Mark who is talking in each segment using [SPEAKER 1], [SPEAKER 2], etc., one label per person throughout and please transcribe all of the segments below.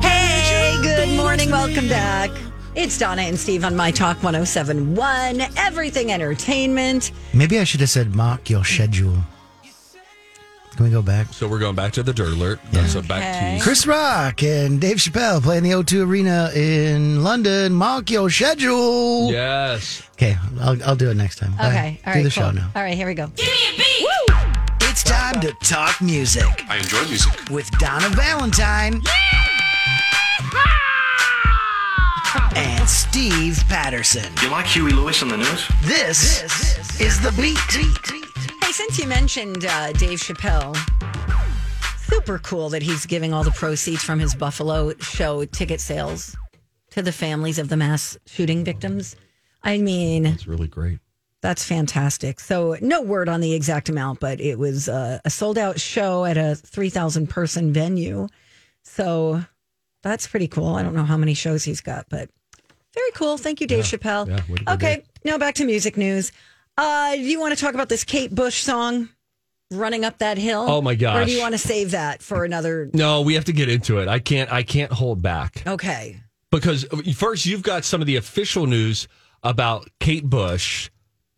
[SPEAKER 1] Hey, good morning. Welcome back. It's Donna and Steve on My Talk 1071, Everything Entertainment.
[SPEAKER 2] Maybe I should have said mock your schedule. Can we go back?
[SPEAKER 3] So we're going back to the dirt alert. So back to
[SPEAKER 2] Chris Rock and Dave Chappelle playing the O2 Arena in London. Mock your schedule.
[SPEAKER 3] Yes.
[SPEAKER 2] Okay, I'll, I'll do it next time. Bye.
[SPEAKER 1] Okay. All right.
[SPEAKER 2] do the
[SPEAKER 1] cool.
[SPEAKER 2] show now.
[SPEAKER 1] All right. Here we go.
[SPEAKER 2] It's time to talk music
[SPEAKER 4] I enjoy music.
[SPEAKER 2] with Donna Valentine and Steve Patterson.
[SPEAKER 4] You like Huey Lewis on the news?
[SPEAKER 2] This, is the beat.
[SPEAKER 1] Hey, since you mentioned uh, Dave Chappelle, super cool that he's giving all the proceeds from his Buffalo show ticket sales to the families of the mass shooting victims. I mean,
[SPEAKER 3] It's really great.
[SPEAKER 1] That's fantastic. So, no word on the exact amount, but it was uh, a sold out show at a 3,000 person venue. So, that's pretty cool. I don't know how many shows he's got, but very cool. Thank you, Dave Chappelle.
[SPEAKER 3] yeah, way to go,
[SPEAKER 1] okay, now back to music news. Uh, do you want to talk about this Kate Bush song, Running Up That Hill?
[SPEAKER 3] Oh, my
[SPEAKER 1] Or do you
[SPEAKER 3] gosh.
[SPEAKER 1] want to save that for another?
[SPEAKER 3] No, we have to get into it. I can't. I can't hold back
[SPEAKER 1] Okay.
[SPEAKER 3] because uh, first you've got some of the official news about Kate Bush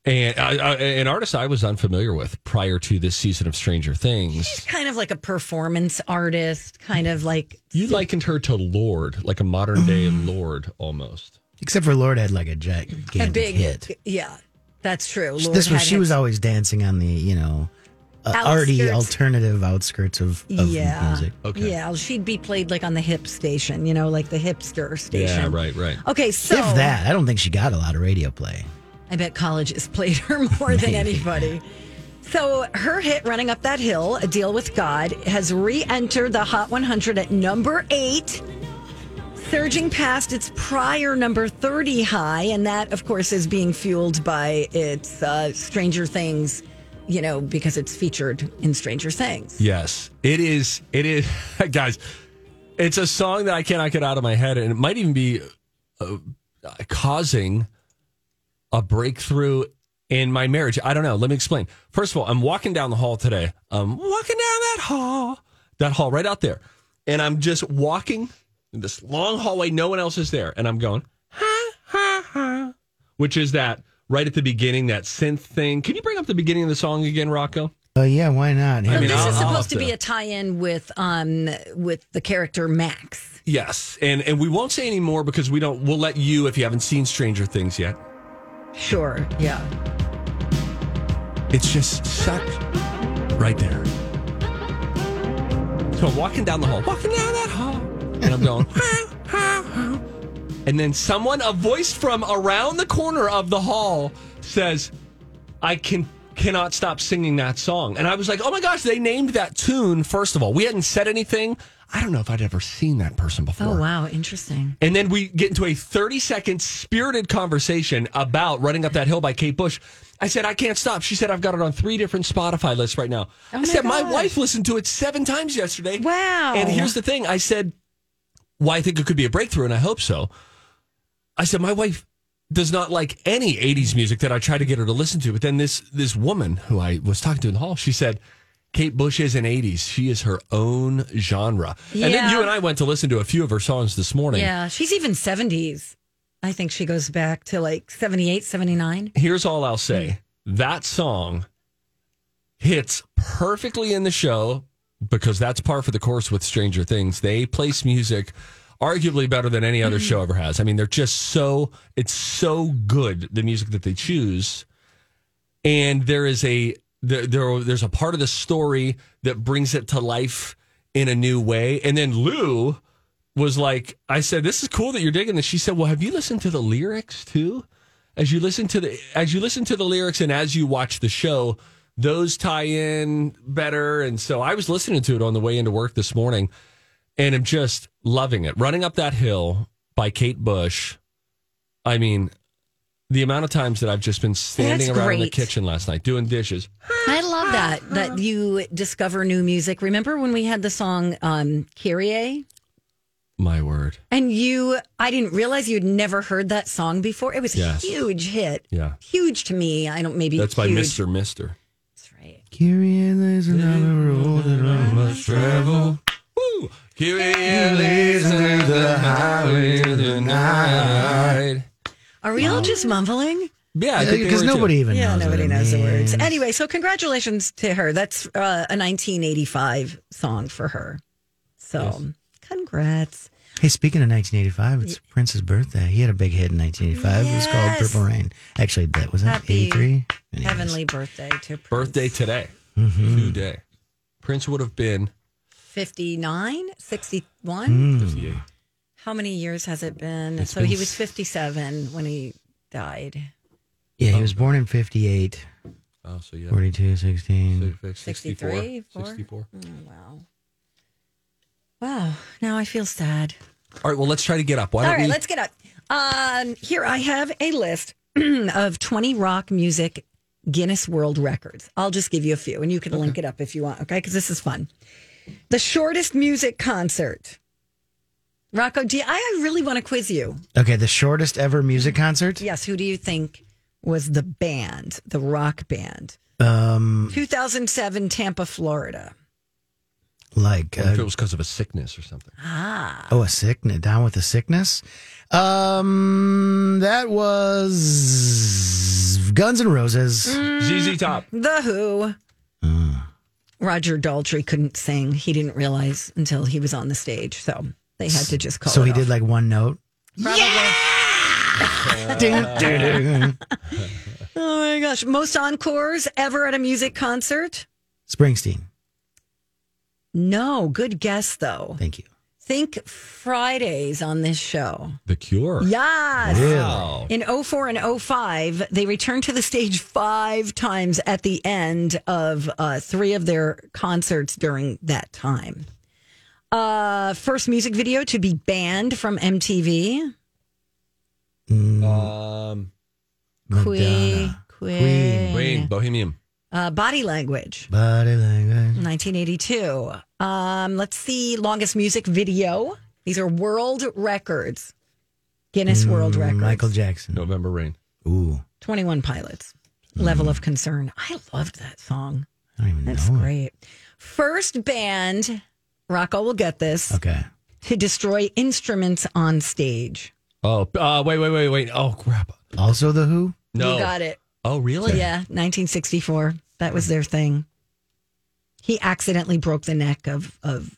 [SPEAKER 3] and I, I, an artist I was unfamiliar with prior to this season of Stranger Things.
[SPEAKER 1] Kind of like a performance artist, kind of like
[SPEAKER 3] You likened her to Lord, like a modern day Lord almost.
[SPEAKER 2] Except for Lord had like a gigantic
[SPEAKER 1] a big
[SPEAKER 2] hit.
[SPEAKER 1] Yeah, that's true. Lord
[SPEAKER 2] this was
[SPEAKER 1] had
[SPEAKER 2] she
[SPEAKER 1] hits.
[SPEAKER 2] was always dancing on the you know uh, arty
[SPEAKER 1] Outskirts.
[SPEAKER 2] alternative outskirts of, of
[SPEAKER 1] Yeah.
[SPEAKER 2] music.
[SPEAKER 3] Okay.
[SPEAKER 1] Yeah, she'd be played like on the hip station, you know, like the hipster station.
[SPEAKER 3] Yeah. Right. Right.
[SPEAKER 1] Okay, so
[SPEAKER 2] if that, I don't think she got a lot of radio play.
[SPEAKER 1] I bet college has played her more than anybody. So her hit "Running Up That Hill," a deal with God, has re-entered the Hot 100 at number eight, surging past its prior number 30 high, and that, of course, is being fueled by its uh, Stranger Things, you know, because it's featured in Stranger Things.
[SPEAKER 3] Yes, it is. It is, guys. It's a song that I cannot get out of my head, and it might even be uh, causing a breakthrough in my marriage. I don't know. Let me explain. First of all, I'm walking down the hall today. I'm walking down that hall, that hall right out there, and I'm just walking in this long hallway. No one else is there, and I'm going ha ha ha, which is that right at the beginning that synth thing. Can you bring up the beginning of the song again, Rocco?
[SPEAKER 2] Uh, yeah, why not?
[SPEAKER 3] I
[SPEAKER 1] So
[SPEAKER 3] mean,
[SPEAKER 1] this
[SPEAKER 3] I'll-
[SPEAKER 1] is
[SPEAKER 3] I'll have
[SPEAKER 1] supposed to
[SPEAKER 3] to-
[SPEAKER 1] be a tie-in with um with the character Max.
[SPEAKER 3] Yes, and and we won't say any more because we don't. We'll let you if you haven't seen Stranger Things yet.
[SPEAKER 1] Sure. Yeah.
[SPEAKER 3] It's just stuck right there. So I'm walking down the hall, walking down that hall, and I'm going. "Huh, huh, huh." and then someone, a voice from around the corner of the hall, says, "I can." Cannot stop singing that song. And I was like, oh my gosh, they named that tune. First of all, we hadn't said anything. I don't know if I'd ever seen that person before.
[SPEAKER 1] Oh wow, interesting.
[SPEAKER 3] And then we get into a 30 second spirited conversation about Running Up That Hill by Kate Bush. I said, I can't stop. She said, I've got it on three different Spotify lists right now. I
[SPEAKER 1] Oh my
[SPEAKER 3] said,
[SPEAKER 1] God.
[SPEAKER 3] my wife listened to it seven times yesterday.
[SPEAKER 1] Wow.
[SPEAKER 3] And here's the thing I said, well, I think it could be a breakthrough, and I hope so. I said, my wife does not like any 80s music that I try to get her to listen to. But then this this woman who I was talking to in the hall, she said, Kate Bush is an 80s. She is her own genre. And then
[SPEAKER 1] Yeah.
[SPEAKER 3] you and I went to listen to a few of her songs this morning.
[SPEAKER 1] Yeah, she's even seventies. I think she goes back to like 78, 79.
[SPEAKER 3] here's all I'll say. That song hits perfectly in the show because that's par for the course with Stranger Things. They place music arguably better than any other show ever has. I mean, they're just so it's so good the music that they choose, and there is a there, there there's a part of the story that brings it to life in a new way. And then Lou was like, I said, this is cool that you're digging this. She said, well, have you listened to the lyrics too? As you listen to the as you listen to the lyrics and as you watch the show, those tie in better. And so I was listening to it on the way into work this morning and I'm just loving it. Running Up That Hill by Kate Bush. I mean, the amount of times that I've just been standing
[SPEAKER 1] That's
[SPEAKER 3] around in the
[SPEAKER 1] great.
[SPEAKER 3] kitchen last night doing dishes.
[SPEAKER 1] I love that that you discover new music. Remember when we had the song um, Kyrie?
[SPEAKER 3] My word.
[SPEAKER 1] And you, I didn't realize you'd never heard that song before. It was
[SPEAKER 3] Yes.
[SPEAKER 1] a huge hit.
[SPEAKER 3] Yeah.
[SPEAKER 1] Huge to me. I don't maybe
[SPEAKER 3] That's by
[SPEAKER 1] huge.
[SPEAKER 3] Mr. Mister.
[SPEAKER 1] That's right.
[SPEAKER 2] Kyrie, there's another road that I must travel.
[SPEAKER 3] Woo! Here to the highway tonight.
[SPEAKER 1] Are we all just mumbling?
[SPEAKER 3] Yeah, I think they
[SPEAKER 2] Because
[SPEAKER 3] were, too.
[SPEAKER 2] nobody even
[SPEAKER 1] Yeah,
[SPEAKER 2] knows.
[SPEAKER 1] nobody
[SPEAKER 2] it,
[SPEAKER 1] knows the
[SPEAKER 2] man.
[SPEAKER 1] words. Anyway, so congratulations to her. That's uh, a 1985 song for her. So congrats.
[SPEAKER 2] Hey, speaking of 1985, it's Prince's birthday. He had a big hit in 1985. It was called
[SPEAKER 1] Yes.
[SPEAKER 2] Purple Rain. Actually, that was that
[SPEAKER 1] Happy
[SPEAKER 2] 83. Anyways.
[SPEAKER 1] Heavenly birthday to Prince.
[SPEAKER 3] Birthday today. Today. Prince would have been
[SPEAKER 1] 59, 61. How many years has it Hmm. been?
[SPEAKER 3] It's
[SPEAKER 1] so
[SPEAKER 3] been
[SPEAKER 1] he was
[SPEAKER 3] s-
[SPEAKER 1] 57 when he died.
[SPEAKER 2] Yeah, he was born in 58,
[SPEAKER 3] Oh, so yeah.
[SPEAKER 2] 42, 16.
[SPEAKER 3] 64.
[SPEAKER 1] 63, four?
[SPEAKER 3] 64.
[SPEAKER 1] Oh, wow. Wow. Now I feel sad.
[SPEAKER 3] All right, well, let's try to get up. Why
[SPEAKER 1] All
[SPEAKER 3] don't
[SPEAKER 1] right,
[SPEAKER 3] we?
[SPEAKER 1] let's get up. Um, here I have a list of 20 rock music Guinness World Records. I'll just give you a few and you can link it up if you want, okay? Because this is fun. The shortest music concert. Rocco D, I I really want to quiz you.
[SPEAKER 2] Okay, the shortest ever music concert?
[SPEAKER 1] Yes, who do you think was the band, the rock band?
[SPEAKER 2] Um,
[SPEAKER 1] 2007 Tampa, Florida.
[SPEAKER 2] like,
[SPEAKER 3] What if
[SPEAKER 2] uh,
[SPEAKER 3] it was because of a sickness or something.
[SPEAKER 2] oh, a sickness, down with a sickness? Um, that was Guns N' Roses.
[SPEAKER 1] Mm.
[SPEAKER 3] ZZ Top.
[SPEAKER 1] The Who. Roger Daltrey couldn't sing. He didn't realize until he was on the stage. So they had to just call
[SPEAKER 2] So
[SPEAKER 1] it
[SPEAKER 2] he
[SPEAKER 1] off.
[SPEAKER 2] did like one note. Yeah! Dun, dun, dun.
[SPEAKER 1] Oh my gosh. Most encores ever at a music concert?
[SPEAKER 2] Springsteen.
[SPEAKER 1] No. Good guess, though.
[SPEAKER 2] Thank you.
[SPEAKER 1] Think Fridays on this show.
[SPEAKER 3] The Cure.
[SPEAKER 1] Yes.
[SPEAKER 3] Wow.
[SPEAKER 1] In 04 and 05, they returned to the stage five times at the end of uh, three of their concerts during that time. Uh, first music video to be banned from MTV.
[SPEAKER 3] Um,
[SPEAKER 1] Queen.
[SPEAKER 2] Madonna. Queen.
[SPEAKER 3] Queen, Bohemian.
[SPEAKER 1] Uh, body language,
[SPEAKER 2] Body language.
[SPEAKER 1] 1982. Um, let's see, longest music video. These are world records. Guinness World Records.
[SPEAKER 2] mm, Michael Jackson.
[SPEAKER 3] November Rain.
[SPEAKER 2] Ooh,
[SPEAKER 1] 21 Pilots. Level of concern. I loved that song.
[SPEAKER 2] I don't even
[SPEAKER 1] That's
[SPEAKER 2] know. it.
[SPEAKER 1] great. First band, Rocco will get this,
[SPEAKER 2] Okay.
[SPEAKER 1] to destroy instruments on stage.
[SPEAKER 3] Oh, uh, wait, wait, wait, wait. Oh, crap.
[SPEAKER 2] Also, the Who.
[SPEAKER 3] No.
[SPEAKER 1] You got it.
[SPEAKER 3] Oh, really?
[SPEAKER 1] Yeah, 1964. That was their thing. He accidentally broke the neck of, of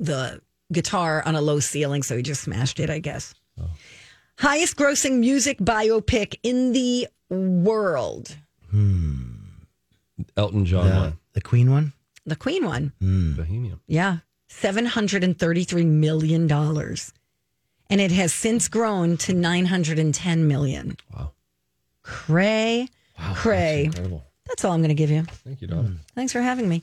[SPEAKER 1] the guitar on a low ceiling, so he just smashed it, I guess. Highest grossing music biopic in the world.
[SPEAKER 3] Elton John.
[SPEAKER 2] The,
[SPEAKER 3] one.
[SPEAKER 2] the Queen one.
[SPEAKER 1] The Queen one.
[SPEAKER 3] Bohemian.
[SPEAKER 1] Yeah. $733 million. And it has since grown to 910 million.
[SPEAKER 3] Wow.
[SPEAKER 1] Cray, cray.
[SPEAKER 3] Incredible.
[SPEAKER 1] That's all I'm going to give you.
[SPEAKER 3] Thank you, Don.
[SPEAKER 1] Thanks for having me.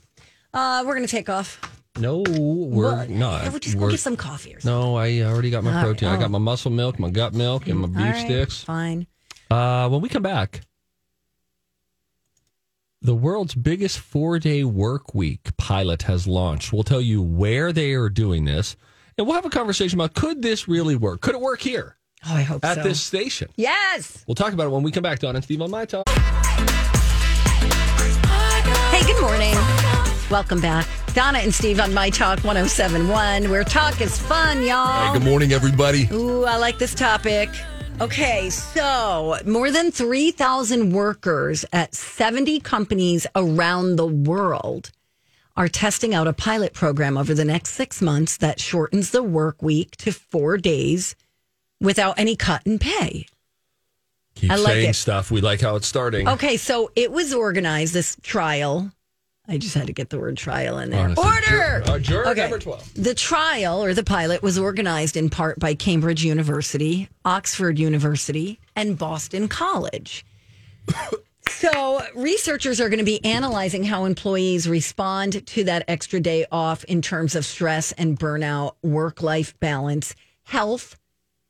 [SPEAKER 1] Uh, we're going to take off.
[SPEAKER 3] No, we're
[SPEAKER 1] Well,
[SPEAKER 3] not.
[SPEAKER 1] I would just go
[SPEAKER 3] We're-
[SPEAKER 1] get some coffee or something.
[SPEAKER 3] No, I already got my
[SPEAKER 1] All right,
[SPEAKER 3] protein. I
[SPEAKER 1] oh.
[SPEAKER 3] got my muscle milk, my gut milk, and my
[SPEAKER 1] All
[SPEAKER 3] beef
[SPEAKER 1] right,
[SPEAKER 3] sticks.
[SPEAKER 1] Fine.
[SPEAKER 3] Uh, when we come back, the world's biggest four day work week pilot has launched. We'll tell you where they are doing this, and we'll have a conversation about could this really work? Could it work here
[SPEAKER 1] Oh, I hope
[SPEAKER 3] at
[SPEAKER 1] so.
[SPEAKER 3] this station?
[SPEAKER 1] yes.
[SPEAKER 3] We'll talk about it when we come back, Don and Steve on my talk.
[SPEAKER 1] Hey, good morning. Welcome back. Donna and Steve on My Talk 1071, where talk is fun, y'all.
[SPEAKER 3] morning, everybody.
[SPEAKER 1] Ooh, I like this topic. Okay, so more than 3,000 workers at 70 companies around the world are testing out a pilot program over the next six months that shortens the work week to four days without any cut in pay.
[SPEAKER 3] Keep
[SPEAKER 1] I like
[SPEAKER 3] saying
[SPEAKER 1] it.
[SPEAKER 3] stuff. We like how it's starting.
[SPEAKER 1] Okay, so it was organized, this trial. I just had to get the word trial in there.
[SPEAKER 3] Honestly,
[SPEAKER 1] Order!
[SPEAKER 3] jur- uh, juror number 12.
[SPEAKER 1] The trial or the pilot was organized in part by Cambridge University, Oxford University, and Boston College. so, researchers are going to be analyzing how employees respond to that extra day off in terms of stress and burnout, work life balance, health,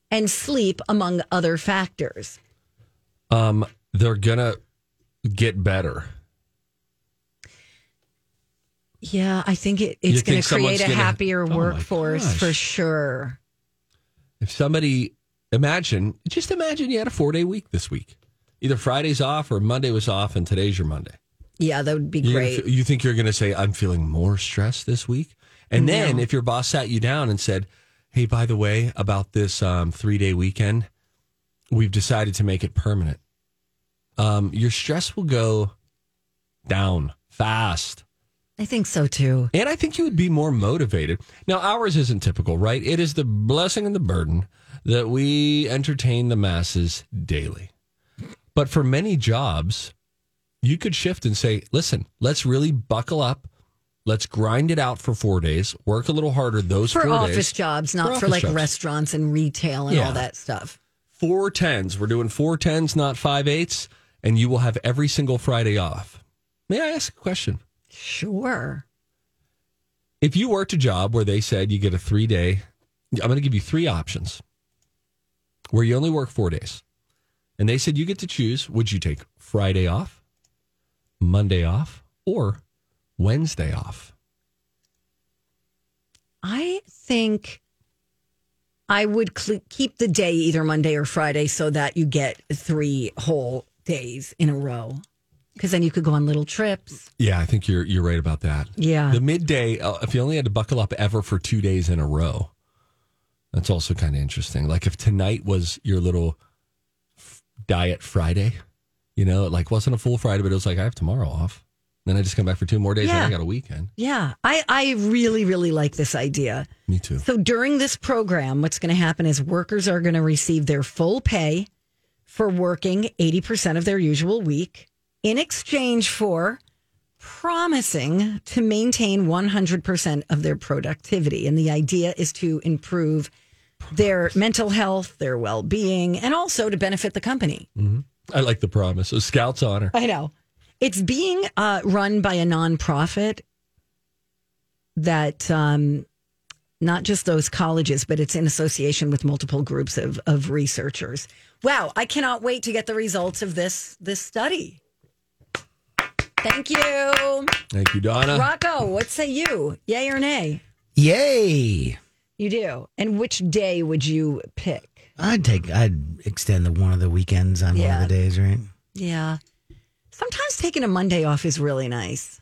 [SPEAKER 1] and sleep, among other factors.
[SPEAKER 3] Um, they're gonna get better.
[SPEAKER 1] Yeah, I think it, it's going
[SPEAKER 3] You think
[SPEAKER 1] to create
[SPEAKER 3] someone's
[SPEAKER 1] a
[SPEAKER 3] gonna-
[SPEAKER 1] happier
[SPEAKER 3] Oh my
[SPEAKER 1] workforce
[SPEAKER 3] gosh.
[SPEAKER 1] for sure.
[SPEAKER 3] If somebody imagine, just imagine you had a four day week this week. Either Friday's off or Monday was off, and today's your Monday.
[SPEAKER 1] Yeah, that would be
[SPEAKER 3] You're
[SPEAKER 1] great.
[SPEAKER 3] Gonna, fe- you think you're going to say, I'm feeling more stressed this week? And then if your boss sat you down and said, Hey, by the way, about this um, three day weekend, we've decided to make it permanent. Um, your stress will go down fast.
[SPEAKER 1] I think so too.
[SPEAKER 3] And I think you would be more motivated. Now, ours isn't typical, right? It is the blessing and the burden that we entertain the masses daily. But for many jobs, you could shift and say, listen, let's really buckle up. Let's grind it out for four days, work a little harder those
[SPEAKER 1] For
[SPEAKER 3] four
[SPEAKER 1] office
[SPEAKER 3] days.
[SPEAKER 1] jobs, not
[SPEAKER 3] For
[SPEAKER 1] for,
[SPEAKER 3] office
[SPEAKER 1] like
[SPEAKER 3] jobs.
[SPEAKER 1] restaurants and retail and
[SPEAKER 3] Yeah.
[SPEAKER 1] all that stuff.
[SPEAKER 3] Four tens. We're doing four tens, not five eights. And you will have every single Friday off. May I ask a question?
[SPEAKER 1] Sure.
[SPEAKER 3] if you worked a job where they said you get a three day, I'm going to give you three options where you only work four days, and they said you get to choose would you take Friday off, Monday off, or Wednesday off?
[SPEAKER 1] I think I would cl- keep the day either Monday or Friday so that you get three whole days in a row. Because then you could go on little trips.
[SPEAKER 3] Yeah, I think you're you're right about that.
[SPEAKER 1] Yeah.
[SPEAKER 3] The midday, uh, if you only had to buckle up ever for two days in a row, that's also kind of interesting. Like if tonight was your little f- diet Friday, you know, it like wasn't a full Friday, but it was like I have tomorrow off. Then I just come back for two more days, and I
[SPEAKER 1] Yeah.
[SPEAKER 3] got a weekend.
[SPEAKER 1] Yeah. I, I really, really like this idea.
[SPEAKER 3] Me too.
[SPEAKER 1] So during this program, what's going to happen is workers are going to receive their full pay for working 80% of their usual week in exchange for promising to maintain 100% of their productivity. And the idea is to improve their mental health, their well being, and also to benefit the company.
[SPEAKER 3] I like the promise. A scout's honor.
[SPEAKER 1] I know. It's being uh, run by a nonprofit that um, not just those colleges, but it's in association with multiple groups of, of researchers. Wow, I cannot wait to get the results of this this study. Thank you.
[SPEAKER 3] Thank you, Donna.
[SPEAKER 1] Rocco, what say you? Yay or nay?
[SPEAKER 2] Yay!
[SPEAKER 1] You do. And which day would you pick?
[SPEAKER 2] I'd take, I'd extend the one of the weekends on one
[SPEAKER 1] Yeah.
[SPEAKER 2] of the days, right?
[SPEAKER 1] Yeah. Sometimes taking a Monday off is really nice.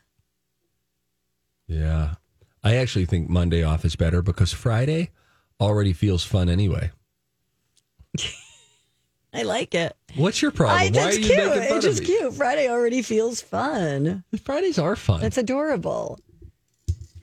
[SPEAKER 3] Yeah. I actually think Monday off is better because Friday already feels fun anyway.
[SPEAKER 1] I like it.
[SPEAKER 3] What's your problem?
[SPEAKER 1] I,
[SPEAKER 3] Why are
[SPEAKER 1] it's
[SPEAKER 3] you
[SPEAKER 1] cute.
[SPEAKER 3] making fun
[SPEAKER 1] It's
[SPEAKER 3] of
[SPEAKER 1] just
[SPEAKER 3] me?
[SPEAKER 1] cute. Friday already feels fun.
[SPEAKER 3] Fridays are fun.
[SPEAKER 1] That's adorable.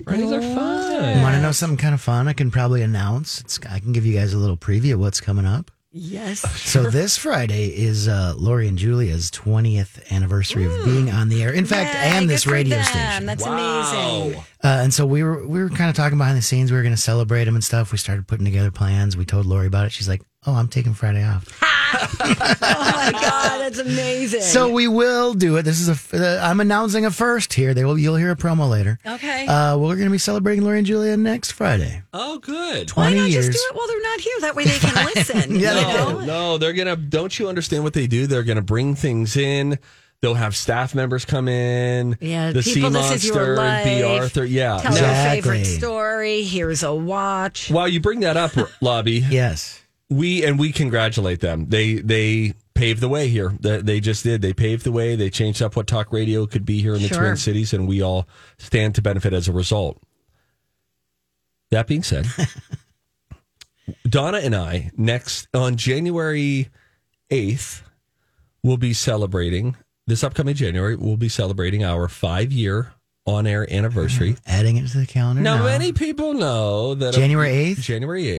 [SPEAKER 3] Fridays are fun.
[SPEAKER 2] Want to know something kind of fun? I can probably announce. It's, I can give you guys a little preview of what's coming up.
[SPEAKER 1] Yes.
[SPEAKER 2] So this Friday is uh, Lori and Julia's 20th anniversary of being on the air. In fact,
[SPEAKER 1] Yay,
[SPEAKER 2] and
[SPEAKER 1] good
[SPEAKER 2] this
[SPEAKER 1] for
[SPEAKER 2] radio
[SPEAKER 1] them.
[SPEAKER 2] station.
[SPEAKER 1] That's
[SPEAKER 3] Wow.
[SPEAKER 1] amazing.
[SPEAKER 2] Uh, and so we were we were kind of talking behind the scenes. We were going to celebrate them and stuff. We started putting together plans. We told Lori about it. She's like, "Oh, I'm taking Friday off."
[SPEAKER 1] Oh my god, that's amazing.
[SPEAKER 2] So we will do it. This is a. f- Uh, I'm announcing a first here. They will. You'll hear a promo later.
[SPEAKER 1] okay.
[SPEAKER 2] Uh, we're going to be celebrating Lori and Julia next Friday.
[SPEAKER 3] Oh, good.
[SPEAKER 1] Why
[SPEAKER 2] 20
[SPEAKER 1] not
[SPEAKER 2] years.
[SPEAKER 1] just do it while they're not here? That way they can listen.
[SPEAKER 2] Yeah,
[SPEAKER 1] you
[SPEAKER 2] they
[SPEAKER 1] know?
[SPEAKER 3] No, no, they're gonna. Don't you understand what they do? They're gonna bring things in. They'll have staff members come in.
[SPEAKER 1] Yeah,
[SPEAKER 3] the sea
[SPEAKER 1] people, this is
[SPEAKER 3] monster,
[SPEAKER 1] your life.
[SPEAKER 3] B Arthur. Yeah.
[SPEAKER 1] Tell
[SPEAKER 3] Now,
[SPEAKER 2] Exactly.
[SPEAKER 1] your favorite story. Here's a watch.
[SPEAKER 3] while you bring that up, Lobby,
[SPEAKER 2] Yes.
[SPEAKER 3] we and we congratulate them. They they paved the way here. They, they just did. They paved the way. They changed up what talk radio could be here in the
[SPEAKER 1] Sure.
[SPEAKER 3] Twin Cities, and we all stand to benefit as a result. That being said, Donna and I next on January eighth will be celebrating this upcoming January. We'll be celebrating our five year
[SPEAKER 4] on air anniversary.
[SPEAKER 2] Adding it to the calendar.
[SPEAKER 4] Now,
[SPEAKER 2] now.
[SPEAKER 4] many people know that
[SPEAKER 2] January 8th?
[SPEAKER 4] January 8th.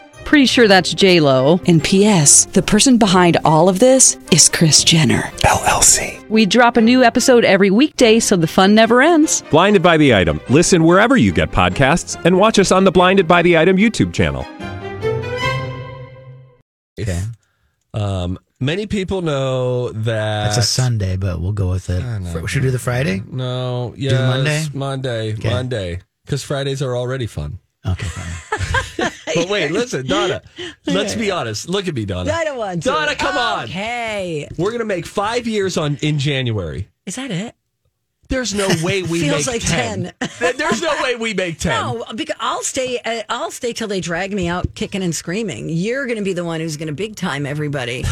[SPEAKER 5] Pretty sure that's J Lo.
[SPEAKER 6] And P.S. The person behind all of this is Chris Jenner.
[SPEAKER 3] LLC.
[SPEAKER 5] We drop a new episode every weekday, so the fun never ends.
[SPEAKER 3] Blinded by the item. Listen wherever you get podcasts, and watch us on the Blinded by the Item YouTube channel.
[SPEAKER 2] Okay.
[SPEAKER 4] Um, many people know that
[SPEAKER 2] That's a Sunday, but we'll go with it. Fr- Should we do the Friday?
[SPEAKER 4] No, yes,
[SPEAKER 2] Monday?
[SPEAKER 4] Monday,
[SPEAKER 2] Okay.
[SPEAKER 4] Monday, because Fridays are already fun.
[SPEAKER 2] Okay, fine.
[SPEAKER 4] But wait, listen, Donna. Let's be honest. Look at me, Donna.
[SPEAKER 1] I don't want to.
[SPEAKER 4] Donna,
[SPEAKER 2] Oh,
[SPEAKER 4] come on.
[SPEAKER 1] Okay.
[SPEAKER 4] We're gonna make five years on in January.
[SPEAKER 1] Is that it?
[SPEAKER 4] There's no way we
[SPEAKER 1] Feels
[SPEAKER 4] make
[SPEAKER 1] like 10.
[SPEAKER 4] There- There's no way we make ten.
[SPEAKER 1] No, because I'll stay. uh, I'll stay till they drag me out, kicking and screaming. You're going to be the one who's going to big time everybody.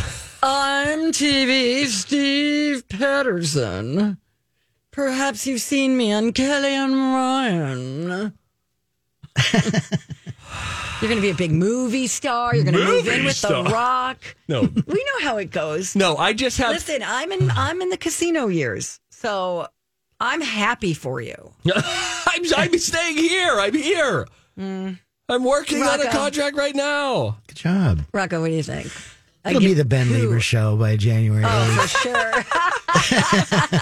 [SPEAKER 1] I'm TV Steve Patterson. Perhaps you've seen me on Kelly and Ryan. You're going to be a big movie star. You're going to move
[SPEAKER 4] Movie
[SPEAKER 1] in with
[SPEAKER 4] star.
[SPEAKER 1] The Rock.
[SPEAKER 4] No,
[SPEAKER 1] We know how it goes.
[SPEAKER 4] no. I just have.
[SPEAKER 1] Listen, I'm in. I'm in the casino years, so I'm happy for you.
[SPEAKER 4] I'm, I'm staying here. I'm here. I'm working on a
[SPEAKER 1] Mm. Rocco.
[SPEAKER 4] contract right now.
[SPEAKER 2] Good job.
[SPEAKER 1] Rocco, what do you think? I Oh.
[SPEAKER 2] It'll
[SPEAKER 1] give
[SPEAKER 2] be the Ben Lieber show by January 8th.
[SPEAKER 1] for sure.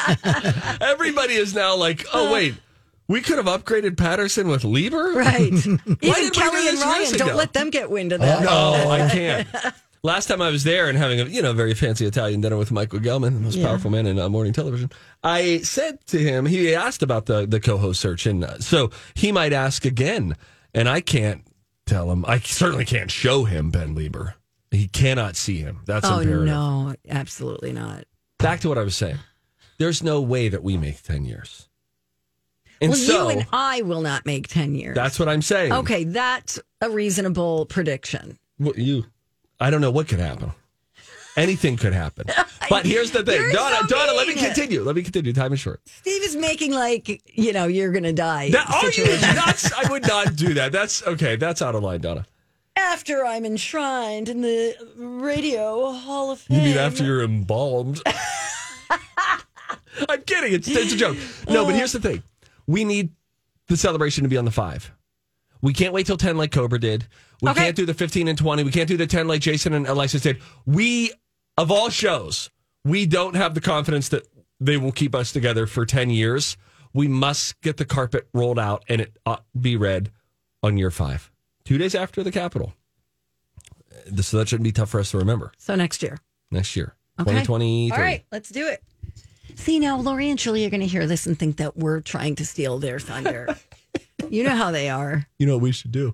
[SPEAKER 4] Everybody is now like,
[SPEAKER 1] Uh.
[SPEAKER 4] oh wait, we could have upgraded Patterson with Lieber.
[SPEAKER 1] Right.
[SPEAKER 4] Why
[SPEAKER 1] Even
[SPEAKER 4] did we do
[SPEAKER 1] Kelly and
[SPEAKER 4] this years
[SPEAKER 1] Ryan,
[SPEAKER 4] ago? Oh,
[SPEAKER 1] don't let them get wind of that.
[SPEAKER 4] No, I can't. Last time I was there and having a you know very fancy Italian dinner with Michael Gelman, the most powerful man in uh, morning television, I said to him, he asked about the the co-host search, and uh, so he might ask again, and I can't tell him. I certainly can't show him Ben Lieber. He cannot see him. That's
[SPEAKER 1] Oh,
[SPEAKER 4] imperative.
[SPEAKER 1] no, absolutely not.
[SPEAKER 4] Back to what I was saying. There's no way that we make ten years. And
[SPEAKER 1] well,
[SPEAKER 4] so
[SPEAKER 1] you and I will not make 10 years.
[SPEAKER 4] that's what I'm saying.
[SPEAKER 1] okay, that's a reasonable prediction.
[SPEAKER 4] What you? I don't know what could happen. Anything could happen. But here's the thing,
[SPEAKER 1] You're
[SPEAKER 4] Donna.
[SPEAKER 1] so
[SPEAKER 4] Donna, let me
[SPEAKER 1] mean.
[SPEAKER 4] continue. Let me continue. Time is short.
[SPEAKER 1] Steve is making like, you know, you're going to die.
[SPEAKER 4] That, are you
[SPEAKER 1] situation.
[SPEAKER 4] nuts? I would not do that. That's okay. That's out of line, Donna.
[SPEAKER 1] After I'm enshrined in the Radio Hall of Fame.
[SPEAKER 4] You mean after you're embalmed? I'm kidding. It's, it's a joke. No, but here's the thing. We need the celebration to be on the five. We can't wait till 10 like Cobra did. We
[SPEAKER 1] Okay.
[SPEAKER 4] can't do the 15 and 20. We can't do the 10 like Jason and Alexis did. We, of all shows, we don't have the confidence that they will keep us together for 10 years. We must get the carpet rolled out and it ought to be read on year five, two days after the Capitol. Uh, So that shouldn't be tough for us to remember
[SPEAKER 1] So next year.
[SPEAKER 4] next year.
[SPEAKER 1] Okay.
[SPEAKER 4] 2023.
[SPEAKER 1] All right, let's do it. See, now Lori and Julie are going to hear this and think that we're trying to steal their thunder. you know how they are.
[SPEAKER 4] You know what we should do?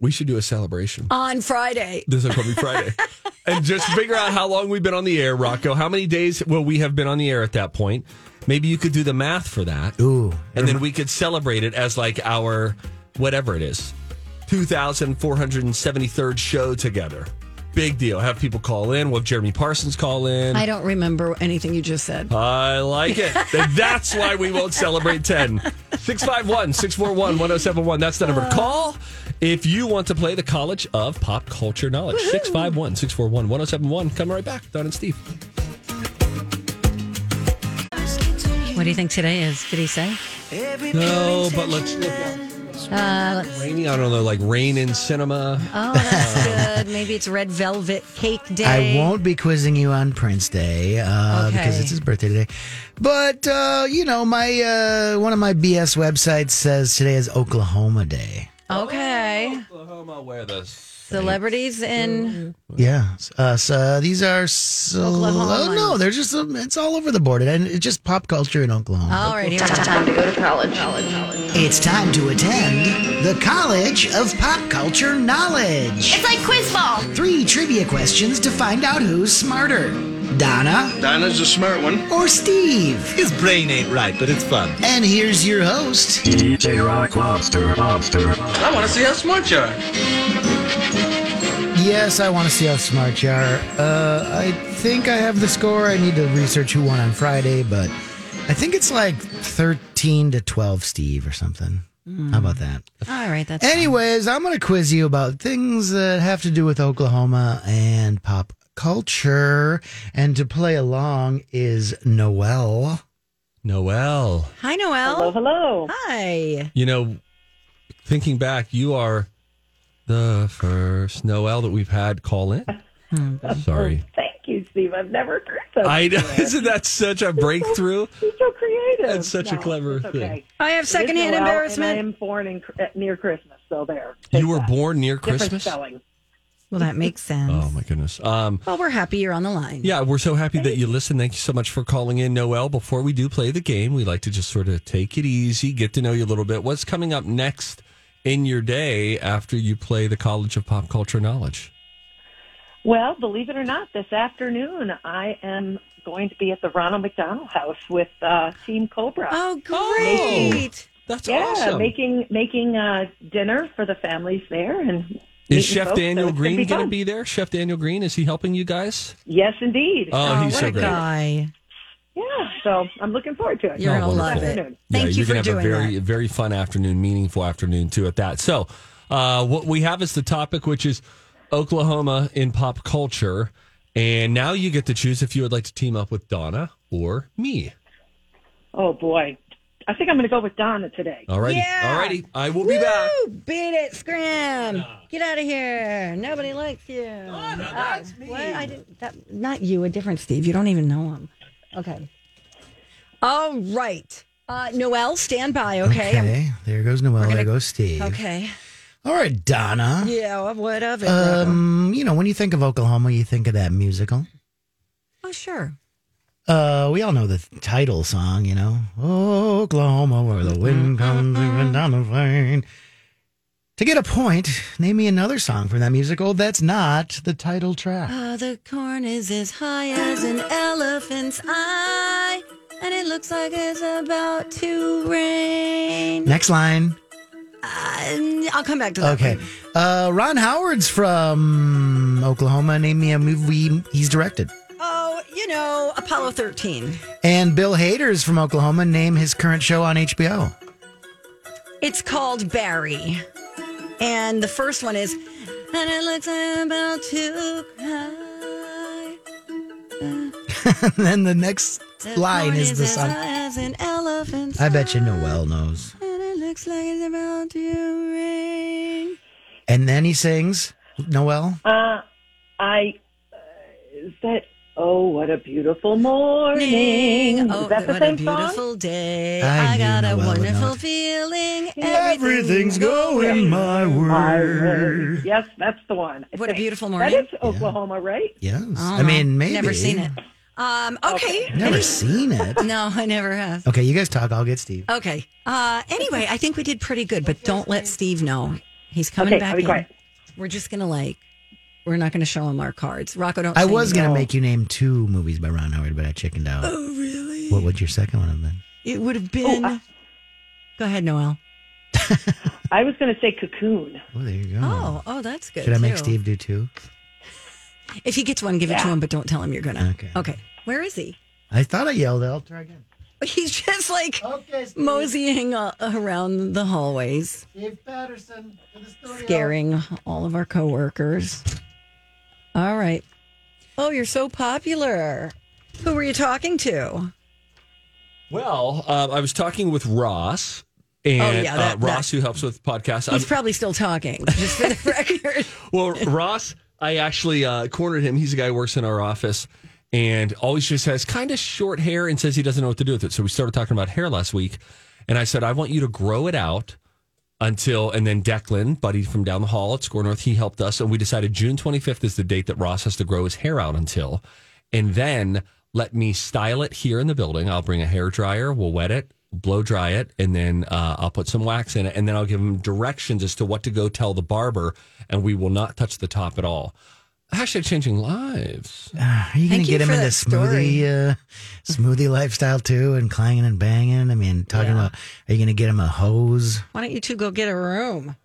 [SPEAKER 4] We should do a celebration
[SPEAKER 1] On Friday.
[SPEAKER 4] this upcoming Friday. and just figure out how long we've been on the air, Rocco. How many days will we have been on the air at that point? Maybe you could do the math for that.
[SPEAKER 2] Ooh.
[SPEAKER 4] And then we could celebrate it as like our whatever it is. 2473rd show together. Big deal. Have people call in. We'll have Jeremy Parsons call in.
[SPEAKER 1] I don't remember anything you just said.
[SPEAKER 4] I like it. And That's why we won't celebrate 10. 651 641 1071. That's the number to call if you want to play the College uh, of Pop Culture Knowledge. 651 641 1071. Come right back. Don and Steve.
[SPEAKER 1] What do you think today is? Did he say?
[SPEAKER 4] No, but let's look. Raining, I don't know, like rain in cinema.
[SPEAKER 7] Uh-huh.
[SPEAKER 1] Uh, Oh, that's good. Maybe it's Red Velvet Cake
[SPEAKER 2] I
[SPEAKER 1] Day.
[SPEAKER 2] won't be quizzing you on Prince Day uh, because
[SPEAKER 1] Okay.
[SPEAKER 2] it's his birthday today. But uh, you know, my uh, one of my BS websites says today is Oklahoma Day.
[SPEAKER 5] Okay.
[SPEAKER 4] Oklahoma, where the
[SPEAKER 5] Celebrities in
[SPEAKER 2] Yeah. Uh, so these are so
[SPEAKER 5] Oklahoma
[SPEAKER 2] oh, no,
[SPEAKER 5] ones.
[SPEAKER 2] they're just um, it's all over the board, and it's just pop culture in Oklahoma.
[SPEAKER 5] all right. Here we go.
[SPEAKER 6] to go to college.
[SPEAKER 2] It's time to attend the College of Pop Culture Knowledge.
[SPEAKER 8] It's like quiz ball.
[SPEAKER 2] Three trivia questions to find out who's smarter Donna
[SPEAKER 7] Dinah's a smart one.
[SPEAKER 2] or Steve.
[SPEAKER 7] His brain ain't right, but it's fun.
[SPEAKER 2] And here's your host,
[SPEAKER 9] DJ Rock Lobster, Lobster.
[SPEAKER 7] I want to see how smart you are.
[SPEAKER 2] Yes, I want to see how smart you are. Uh, I think I have the score. I need to research who won on Friday, but I think it's like 13 to 12, Steve, or something. How about that?
[SPEAKER 5] All right. That's
[SPEAKER 2] Anyways, I'm going to quiz you about things that have to do with Oklahoma and pop culture. And to play along is Noelle.
[SPEAKER 4] Noel.
[SPEAKER 1] Hi, Noel. Hello, hello. Hi.
[SPEAKER 4] You know, thinking back, you are the first Noel that we've had call in. Sorry.
[SPEAKER 9] Thank you, Steve. I've never heard that.
[SPEAKER 4] I know. Isn't that such a breakthrough?
[SPEAKER 9] You're so creative.
[SPEAKER 4] That's such a clever
[SPEAKER 9] it's
[SPEAKER 4] thing.
[SPEAKER 1] I have
[SPEAKER 9] It
[SPEAKER 1] secondhand
[SPEAKER 9] is Noel,
[SPEAKER 1] embarrassment.
[SPEAKER 9] And I am born in, uh, near Christmas, so there. Take
[SPEAKER 4] You were
[SPEAKER 9] that.
[SPEAKER 4] born near
[SPEAKER 9] Different
[SPEAKER 4] Christmas?
[SPEAKER 9] Spelling.
[SPEAKER 1] Well, that makes sense.
[SPEAKER 4] Oh, my goodness. Um,
[SPEAKER 1] Well, we're happy you're on the line.
[SPEAKER 4] Yeah, we're so happy that you listen. Thank you so much for calling in, Noel. Before we do play the game, we like to just sort of take it easy, get to know you a little bit. What's coming up next in your day after you play the College of Pop Culture Knowledge?
[SPEAKER 9] Well, believe it or not, this afternoon I am going to be at the Ronald McDonald House with uh, Team Cobra.
[SPEAKER 1] Oh, great.
[SPEAKER 4] That's
[SPEAKER 9] yeah,
[SPEAKER 4] awesome.
[SPEAKER 9] making making uh, dinner for the families there, and meeting
[SPEAKER 4] is Chef
[SPEAKER 9] folks, so
[SPEAKER 4] Daniel
[SPEAKER 9] it's
[SPEAKER 4] Green going to
[SPEAKER 9] fun.
[SPEAKER 4] be there? Chef Daniel Green, is he helping you guys?
[SPEAKER 9] Yes, indeed.
[SPEAKER 4] Oh, he's
[SPEAKER 1] what
[SPEAKER 4] so
[SPEAKER 1] a
[SPEAKER 4] great.
[SPEAKER 1] guy.
[SPEAKER 9] Yeah, so I'm looking forward to it.
[SPEAKER 1] You're
[SPEAKER 4] Oh,
[SPEAKER 1] going to love
[SPEAKER 4] wonderful.
[SPEAKER 1] it. Thank
[SPEAKER 4] yeah,
[SPEAKER 1] you
[SPEAKER 4] are
[SPEAKER 1] for
[SPEAKER 4] gonna have
[SPEAKER 1] doing
[SPEAKER 4] a very
[SPEAKER 1] that.
[SPEAKER 4] very fun afternoon, meaningful afternoon too at that. So, uh, what we have is the topic, which is Oklahoma in pop culture, and now you get to choose if you would like to team up with Donna or me.
[SPEAKER 9] Oh boy, I think I'm going to go with Donna today.
[SPEAKER 4] All righty,
[SPEAKER 1] Yeah.
[SPEAKER 4] all righty. I will be back.
[SPEAKER 1] Woo! Beat it, scram! Get out of here! Nobody likes you. Oh, no, that's me. I didn't, that, not you, a different Steve. You don't even know him. Okay. All right, uh, Noel, stand by. Okay. I'm-
[SPEAKER 2] Okay, there goes Noelle.
[SPEAKER 1] gonna-
[SPEAKER 2] There goes Steve.
[SPEAKER 1] okay.
[SPEAKER 2] All right, Donna.
[SPEAKER 1] Yeah. well, What of it? brother?
[SPEAKER 2] Um, you know, when you think of Oklahoma, you think of that musical.
[SPEAKER 1] oh, sure.
[SPEAKER 2] Uh, we all know the title song, you know, Oklahoma, where the wind comes even down the rain. To get a point, name me another song from that musical that's not the title track.
[SPEAKER 1] Uh, the corn is as high as an elephant's eye, and it looks like it's about to rain.
[SPEAKER 2] Next line.
[SPEAKER 1] Uh, I'll come back to that.
[SPEAKER 2] Okay.
[SPEAKER 1] one.
[SPEAKER 2] Uh, Ron Howard's from Oklahoma. Name me a movie he's directed.
[SPEAKER 1] Oh, you know, Apollo 13.
[SPEAKER 2] And Bill Hader's from Oklahoma. Name his current show on HBO.
[SPEAKER 1] It's called Barry. And the first one is, and it looks like I'm about to cry.
[SPEAKER 2] and then the next
[SPEAKER 1] The
[SPEAKER 2] line
[SPEAKER 1] corn
[SPEAKER 2] is the
[SPEAKER 1] as
[SPEAKER 2] song.
[SPEAKER 1] high as an elephant's
[SPEAKER 2] I bet you
[SPEAKER 1] eye,
[SPEAKER 2] Noel knows.
[SPEAKER 1] And it looks like it's about to rain.
[SPEAKER 2] And then he sings, Noel.
[SPEAKER 9] Uh, I uh, is that. Oh, what a beautiful morning!
[SPEAKER 1] Oh,
[SPEAKER 9] is that the
[SPEAKER 1] what
[SPEAKER 9] same
[SPEAKER 1] a beautiful day.
[SPEAKER 2] I
[SPEAKER 1] I,
[SPEAKER 2] knew
[SPEAKER 1] got a
[SPEAKER 2] Noel would know
[SPEAKER 1] wonderful
[SPEAKER 2] it.
[SPEAKER 1] feeling.
[SPEAKER 2] Everything's going my
[SPEAKER 9] song?
[SPEAKER 2] way.
[SPEAKER 9] Yes, that's the one. I
[SPEAKER 1] What a
[SPEAKER 9] think.
[SPEAKER 1] beautiful
[SPEAKER 9] That
[SPEAKER 1] morning.
[SPEAKER 9] is Oklahoma, right?
[SPEAKER 2] Yes.
[SPEAKER 1] Oh,
[SPEAKER 2] I mean, maybe.
[SPEAKER 1] Never seen it. Um, okay.
[SPEAKER 2] Never seen it.
[SPEAKER 1] No, I never have.
[SPEAKER 2] Okay, you guys talk. I'll get Steve.
[SPEAKER 1] Okay. Uh, anyway, I think we did pretty good, but don't let Steve know. He's coming
[SPEAKER 9] Okay,
[SPEAKER 1] back
[SPEAKER 9] I'll be
[SPEAKER 1] in.
[SPEAKER 9] quiet.
[SPEAKER 1] We're just going to like, we're not going to show him our cards. Rocco, don't
[SPEAKER 2] I
[SPEAKER 1] say
[SPEAKER 2] was going to
[SPEAKER 1] anything.
[SPEAKER 2] make you name two movies by Ron Howard, but I chickened out.
[SPEAKER 1] Oh, really?
[SPEAKER 2] What would your second one have been?
[SPEAKER 1] It would have been.
[SPEAKER 9] Oh, I-
[SPEAKER 1] Go ahead, Noel.
[SPEAKER 9] I was going to say Cocoon.
[SPEAKER 2] Oh, there you go.
[SPEAKER 1] Oh, oh, that's good.
[SPEAKER 2] Should I make
[SPEAKER 1] too.
[SPEAKER 2] Steve do two?
[SPEAKER 1] If he gets one, give it to him, but don't tell him you're going to.
[SPEAKER 2] Okay.
[SPEAKER 1] Okay. Where is he?
[SPEAKER 2] I thought I yelled. I'll try again.
[SPEAKER 1] He's just like
[SPEAKER 2] Okay, Steve,
[SPEAKER 1] moseying uh, around the hallways,
[SPEAKER 2] Steve Patterson to the studio.
[SPEAKER 1] scaring all of our coworkers. All right. Oh, you're so popular. Who were you talking to?
[SPEAKER 4] Well, um, I was talking with Ross and
[SPEAKER 1] Oh, yeah, that-
[SPEAKER 4] uh, Ross, who helps with podcasts.
[SPEAKER 1] He's
[SPEAKER 4] I'm-
[SPEAKER 1] probably still talking, just for the record.
[SPEAKER 4] Well, Ross, I actually uh, cornered him. He's a guy who works in our office and always just has kind of short hair and says he doesn't know what to do with it. So we started talking about hair last week. And I said, I want you to grow it out until and then Declan, buddy from down the hall at Score North, he helped us, and we decided June 25th is the date that Ross has to grow his hair out until, and then let me style it here in the building. I'll bring a hair dryer, we'll wet it, blow dry it, and then uh, I'll put some wax in it, and then I'll give him directions as to what to go tell the barber, and we will not touch the top at all. Hashtag changing lives.
[SPEAKER 2] Are you going
[SPEAKER 4] Thank
[SPEAKER 2] to
[SPEAKER 4] you
[SPEAKER 2] get him
[SPEAKER 4] for
[SPEAKER 2] into
[SPEAKER 4] that story.
[SPEAKER 2] smoothie uh, smoothie lifestyle too, and clanging and banging? I mean, talking about are you going to get him a hose?
[SPEAKER 1] Why don't you two go get a room?